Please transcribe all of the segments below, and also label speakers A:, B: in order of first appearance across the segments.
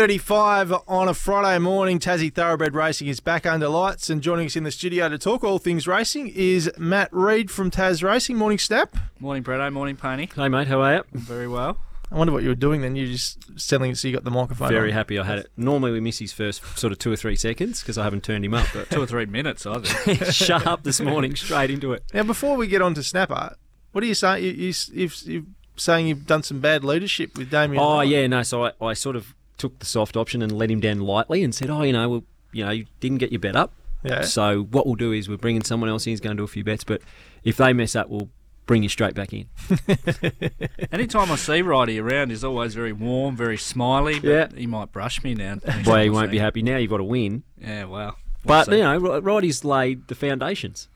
A: 7.35 on a Friday morning, Tassie Thoroughbred Racing is back under lights and joining us in the studio to talk all things racing is Matt Reed from Taz Racing. Morning, Snap.
B: Morning, Bretto. Morning, Pony.
C: Hey mate, how are you?
B: Very well.
A: I wonder what you were doing then. You just selling it so you got the microphone
C: Very
A: on.
C: happy I had it. Normally we miss his first sort of two or three seconds because I haven't turned him up, but
B: Two or three minutes, I think.
C: sharp this morning, straight into it.
A: Now, before we get on to Snapper, what are you saying? You, you, you've, you're saying you've done some bad leadership with Damien.
C: Oh
A: Lillard.
C: yeah, no. So I, I sort of took the soft option and let him down lightly and said, oh, you know, well, you know, you didn't get your bet up.
A: Yeah.
C: So what we'll do is we're bringing someone else in who's going to do a few bets, but if they mess up, we'll bring you straight back in.
B: Anytime I see Righty around, he's always very warm, very smiley, but
C: Yeah.
B: he might brush me now.
C: Boy, he won't be happy. Now you've got to win.
B: Yeah, well.
C: But
B: We'll
C: you
B: see.
C: know, Ro- Roddy's laid the foundations.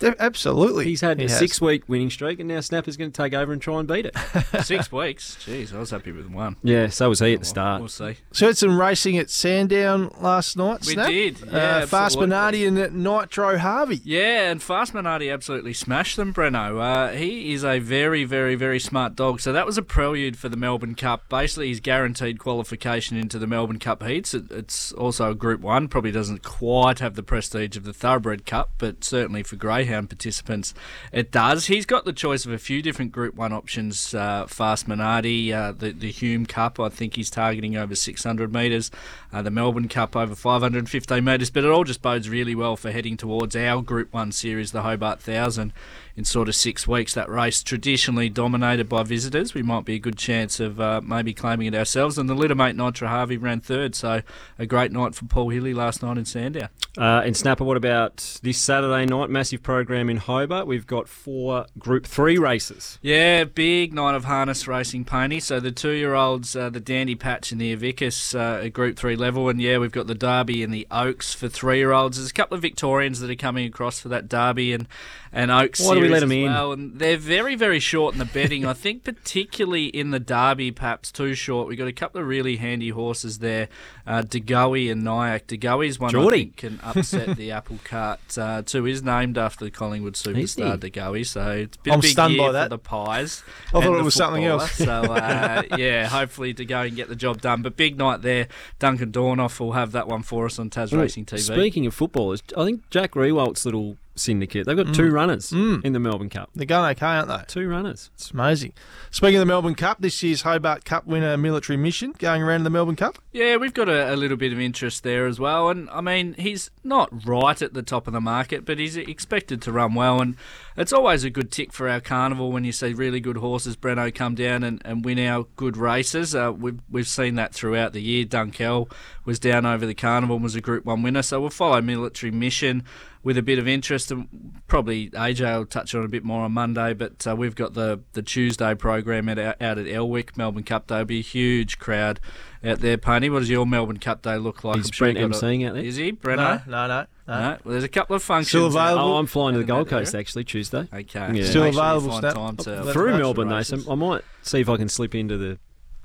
A: De- absolutely.
C: He's had
A: He
C: a
A: has.
C: six-week winning streak, and now Snapper's going to take over and try and beat it.
B: six weeks. Jeez, I was happy with one.
C: yeah, so was he at the
B: We'll
C: start.
B: see.
A: So had some racing at Sandown last night.
B: We
A: Snap.
B: did,
A: uh,
B: yeah,
A: Fast
B: absolutely.
A: Bernardi and Nitro Harvey.
B: Yeah, and Fast Minardi absolutely smashed them, Breno. Uh, he is a very, very, very smart dog. So that was a prelude for the Melbourne Cup. Basically, he's guaranteed qualification into the Melbourne Cup heats. It, it's also a Group 1, probably doesn't quite have the prestige of the Thoroughbred Cup, but certainly for Greyhound participants, it does. He's got the choice of a few different Group 1 options. Uh, Fast Minardi, uh, the, the Hume Cup, I think he's targeting over 600 metres, uh, the Melbourne Cup over 515 metres, but it all just bodes really well for heading towards our Group 1 series, the Hobart 1000, in sort of six weeks. That race traditionally dominated by visitors. We might be a good chance of uh, maybe claiming it ourselves. And the Littermate Nitra Harvey ran third, so a great night for Paul Hilly last night in Sandown.
C: Uh, and Snapper, what about this Saturday night? Massive program in Hobart. We've got four Group Three races.
B: Yeah, big night of harness racing, Pony. So the two-year-olds, uh, the Dandy Patch and the Avicus uh, at Group 3 level. And, yeah, we've got the Derby and the Oaks for three-year-olds. There's a couple of Victorians that are coming across for that Derby and, and Oaks
C: Why do we
B: series
C: let 'em
B: as
C: in?
B: well. And they're very, very short in the betting. I think particularly in the Derby, perhaps too short. We've got a couple of really handy horses there, uh, DeGoey and Nyack. DeGoey's one I
C: Geordie.
B: think can upset the apple cart uh, too. Is named after the Collingwood
C: Is he?
B: superstar DeGoey, so it's been
A: I'm
B: a big
A: stunned
B: year
A: by
B: for
A: that.
B: the pies.
A: I thought
B: and
A: it
B: the
A: was something
B: footballer.
A: else.
B: so uh, yeah, hopefully to go and get the job done. But big night there. Duncan Dornoff will have that one for us on Taz Racing TV.
C: Speaking of footballers, I think Jack Rewalt's little syndicate. They've got
B: Mm.
C: two runners in the Melbourne Cup.
A: Hmm. They're going okay, aren't they?
C: Two runners.
A: It's amazing. Speaking of the Melbourne Cup, this year's Hobart Cup winner military mission going around in the Melbourne Cup.
B: Yeah, we've got a, a little bit of interest there as well. And I mean, he's not right at the top of the market, but he's expected to run well. And it's always a good tick for our carnival when you see really good horses, Breno, come down and, and win our good races. Uh, we've, we've seen that throughout the year. Dunkel was down over the carnival and was a Group 1 winner. So we'll follow military mission with a bit of interest, and probably AJ will touch on it a bit more on Monday. But uh, we've got the the Tuesday program at, out at Elwick Melbourne Cup Day. It'll be a huge crowd out there. Pony, what does your Melbourne Cup Day look like?
C: Is
B: I'm sure you
C: Brent
B: got a-
C: emceeing out there?
B: Is he Breno?
A: no, no. no.
B: No. Well, there's a couple of functions.
A: Still available?
C: Oh, I'm flying to the
B: Isn't that
C: Gold Coast
B: there? uh,
C: actually Tuesday
B: Okay.
C: Yeah.
A: Still
B: Make sure you
A: available,
B: find
A: Snap?
B: time to-
A: That's
C: through
A: nice,
C: Melbourne though.
A: races.
C: So I might see if I can slip into the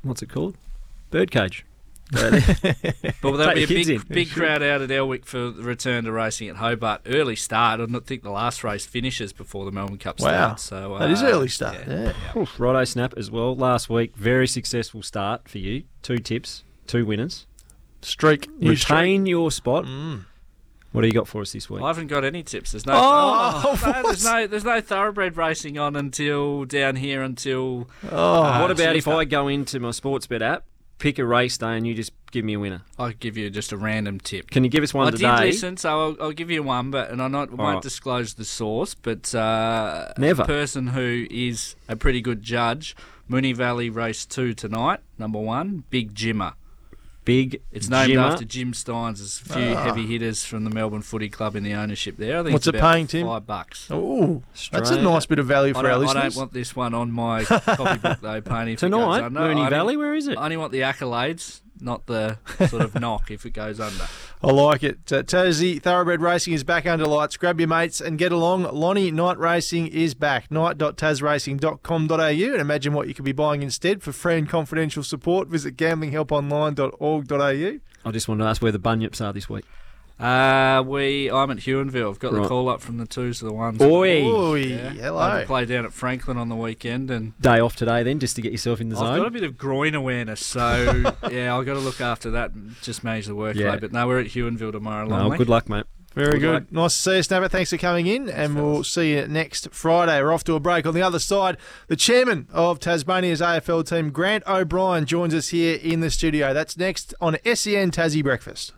C: what's it called, birdcage.
B: But there'll be a big,
C: Take the kids in.
B: big crowd out at Elwick for the return to racing at Hobart. Early start. I don't think the last race finishes before the Melbourne Cup
A: Wow.
B: starts. So
A: that is
B: uh,
A: early start. yeah.
C: Oof, Righto snap as well. Last week, very successful start for you. Two tips, two winners.
A: Streak. New streak.
C: Retain your spot. What do you got for us this week?
B: Mm. I haven't got any tips. There's no,
A: Oh,
B: no,
A: what?
B: there's no, there's no thoroughbred racing on until down here until.
A: Oh,
B: Uh,
C: what about if
B: Tuesday.
C: I go into my sports bet app, pick a race day, and you just give me a winner?
B: I'll give you just a random tip.
C: Can you give us one
B: I
C: today?
B: did uh, listen, so I'll, I'll give you one, but and I not, won't
C: Alright.
B: disclose the source, but uh,
C: Never.
B: a person who is a pretty good judge, Mooney Valley Race Two tonight, number one, Big Jimmer.
C: Big.
B: It's named
C: Jimmer. Ah.
B: after Jim Steins. There's a few heavy hitters from the Melbourne Footy Club in the ownership there. I think
A: What's
B: it's
A: it
B: about
A: paying, Tim?
B: Five bucks.
A: Oh, Ooh, that's a
C: Straight.
A: nice bit of value
B: I
A: for our
B: don't, I
A: listeners.
B: don't want this one on my copybook though, Pony. if it goes
C: tonight.
B: under.
C: Mooney
B: I only-
C: Valley. Where is it?
B: I only want the accolades, not the sort of knock if it goes under.
A: I like it. Uh, Tassie Thoroughbred Racing is back under lights. Grab your mates and get along. Lonnie Night Racing is back. Night.tasracing.com.au and imagine what you could be buying instead. For free and confidential support, visit gamblinghelponline.org.au.
C: I just wanted to ask where the bunyips are this week.
B: Uh, we I'm at Huonville. I've got the
C: Right.
B: call up from the twos to the ones.
C: Oi.
A: Oi,
B: Yeah. I had
A: hello.
B: to play down at Franklin on the weekend, and
C: Day off today, then, just to get yourself in the
B: I've got a
C: zone.
B: bit of groin awareness, so yeah, I've got to look after that and just manage the workload.
C: Yeah.
B: But no, we're at Huonville tomorrow.
C: No,
B: Lonely.
C: Oh, good luck, mate.
A: Very
C: Good
A: good.
C: luck.
A: Nice to see you, Snapper. Thanks for coming in, and we'll
B: fellas.
A: see you next Friday. We're off to a break. On the other side, the chairman of Tasmania's AFL team, Grant O'Brien, joins us here in the studio. That's next on SEN E Tassie Breakfast.